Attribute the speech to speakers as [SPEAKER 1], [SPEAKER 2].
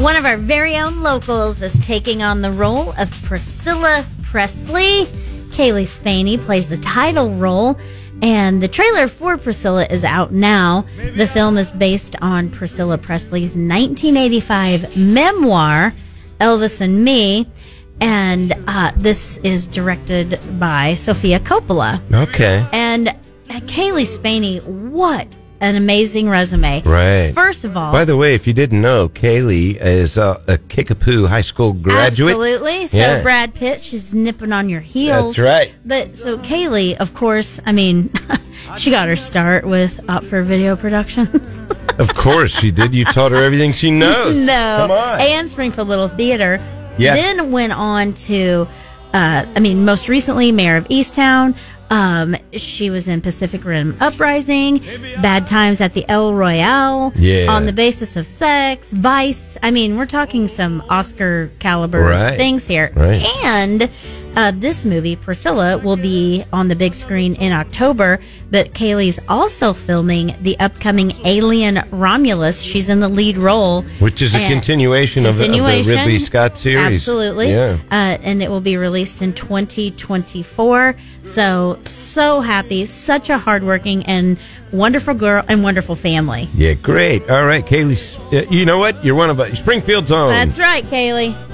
[SPEAKER 1] One of our very own locals is taking on the role of Priscilla Presley. Kaylee Spaney plays the title role, and the trailer for Priscilla is out now. The film is based on Priscilla Presley's 1985 memoir, Elvis and Me, and uh, this is directed by Sophia Coppola.
[SPEAKER 2] Okay.
[SPEAKER 1] And uh, Kaylee Spaney, what an amazing resume.
[SPEAKER 2] Right.
[SPEAKER 1] First of all,
[SPEAKER 2] By the way, if you didn't know, Kaylee is a, a Kickapoo High School graduate.
[SPEAKER 1] Absolutely. So
[SPEAKER 2] Yeah.
[SPEAKER 1] Brad Pitt, she's nipping on your heels.
[SPEAKER 2] That's right.
[SPEAKER 1] But so Kaylee, of course, I mean, she got her start with Up for Video Productions.
[SPEAKER 2] Of course she did. You taught her everything she knows.
[SPEAKER 1] no.
[SPEAKER 2] Come on.
[SPEAKER 1] And Springfield Little Theater.
[SPEAKER 2] Yeah.
[SPEAKER 1] Then went on to, uh, I mean, most recently, Mayor of Easttown. Um, she was in Pacific Rim Uprising, Bad Times at the El Royale,
[SPEAKER 2] Yeah.
[SPEAKER 1] on the basis of sex, Vice. I mean, we're talking some Oscar caliber
[SPEAKER 2] Right.
[SPEAKER 1] things here.
[SPEAKER 2] Right.
[SPEAKER 1] And uh, this movie, Priscilla, will be on the big screen in October. But Kaylee's also filming the upcoming Alien Romulus. She's in the lead role,
[SPEAKER 2] Which is a
[SPEAKER 1] And-
[SPEAKER 2] continuation, of the- Of, the,
[SPEAKER 1] Continuation.
[SPEAKER 2] Ridley Scott series.
[SPEAKER 1] Absolutely.
[SPEAKER 2] Yeah.
[SPEAKER 1] Uh, and it will be released in 2024. So, so happy. Such a hardworking and wonderful girl and wonderful family.
[SPEAKER 2] Yeah, great. All right, Kaylee. s- uh, You know what? You're one of us. Springfield's own.
[SPEAKER 1] That's right, Kaylee.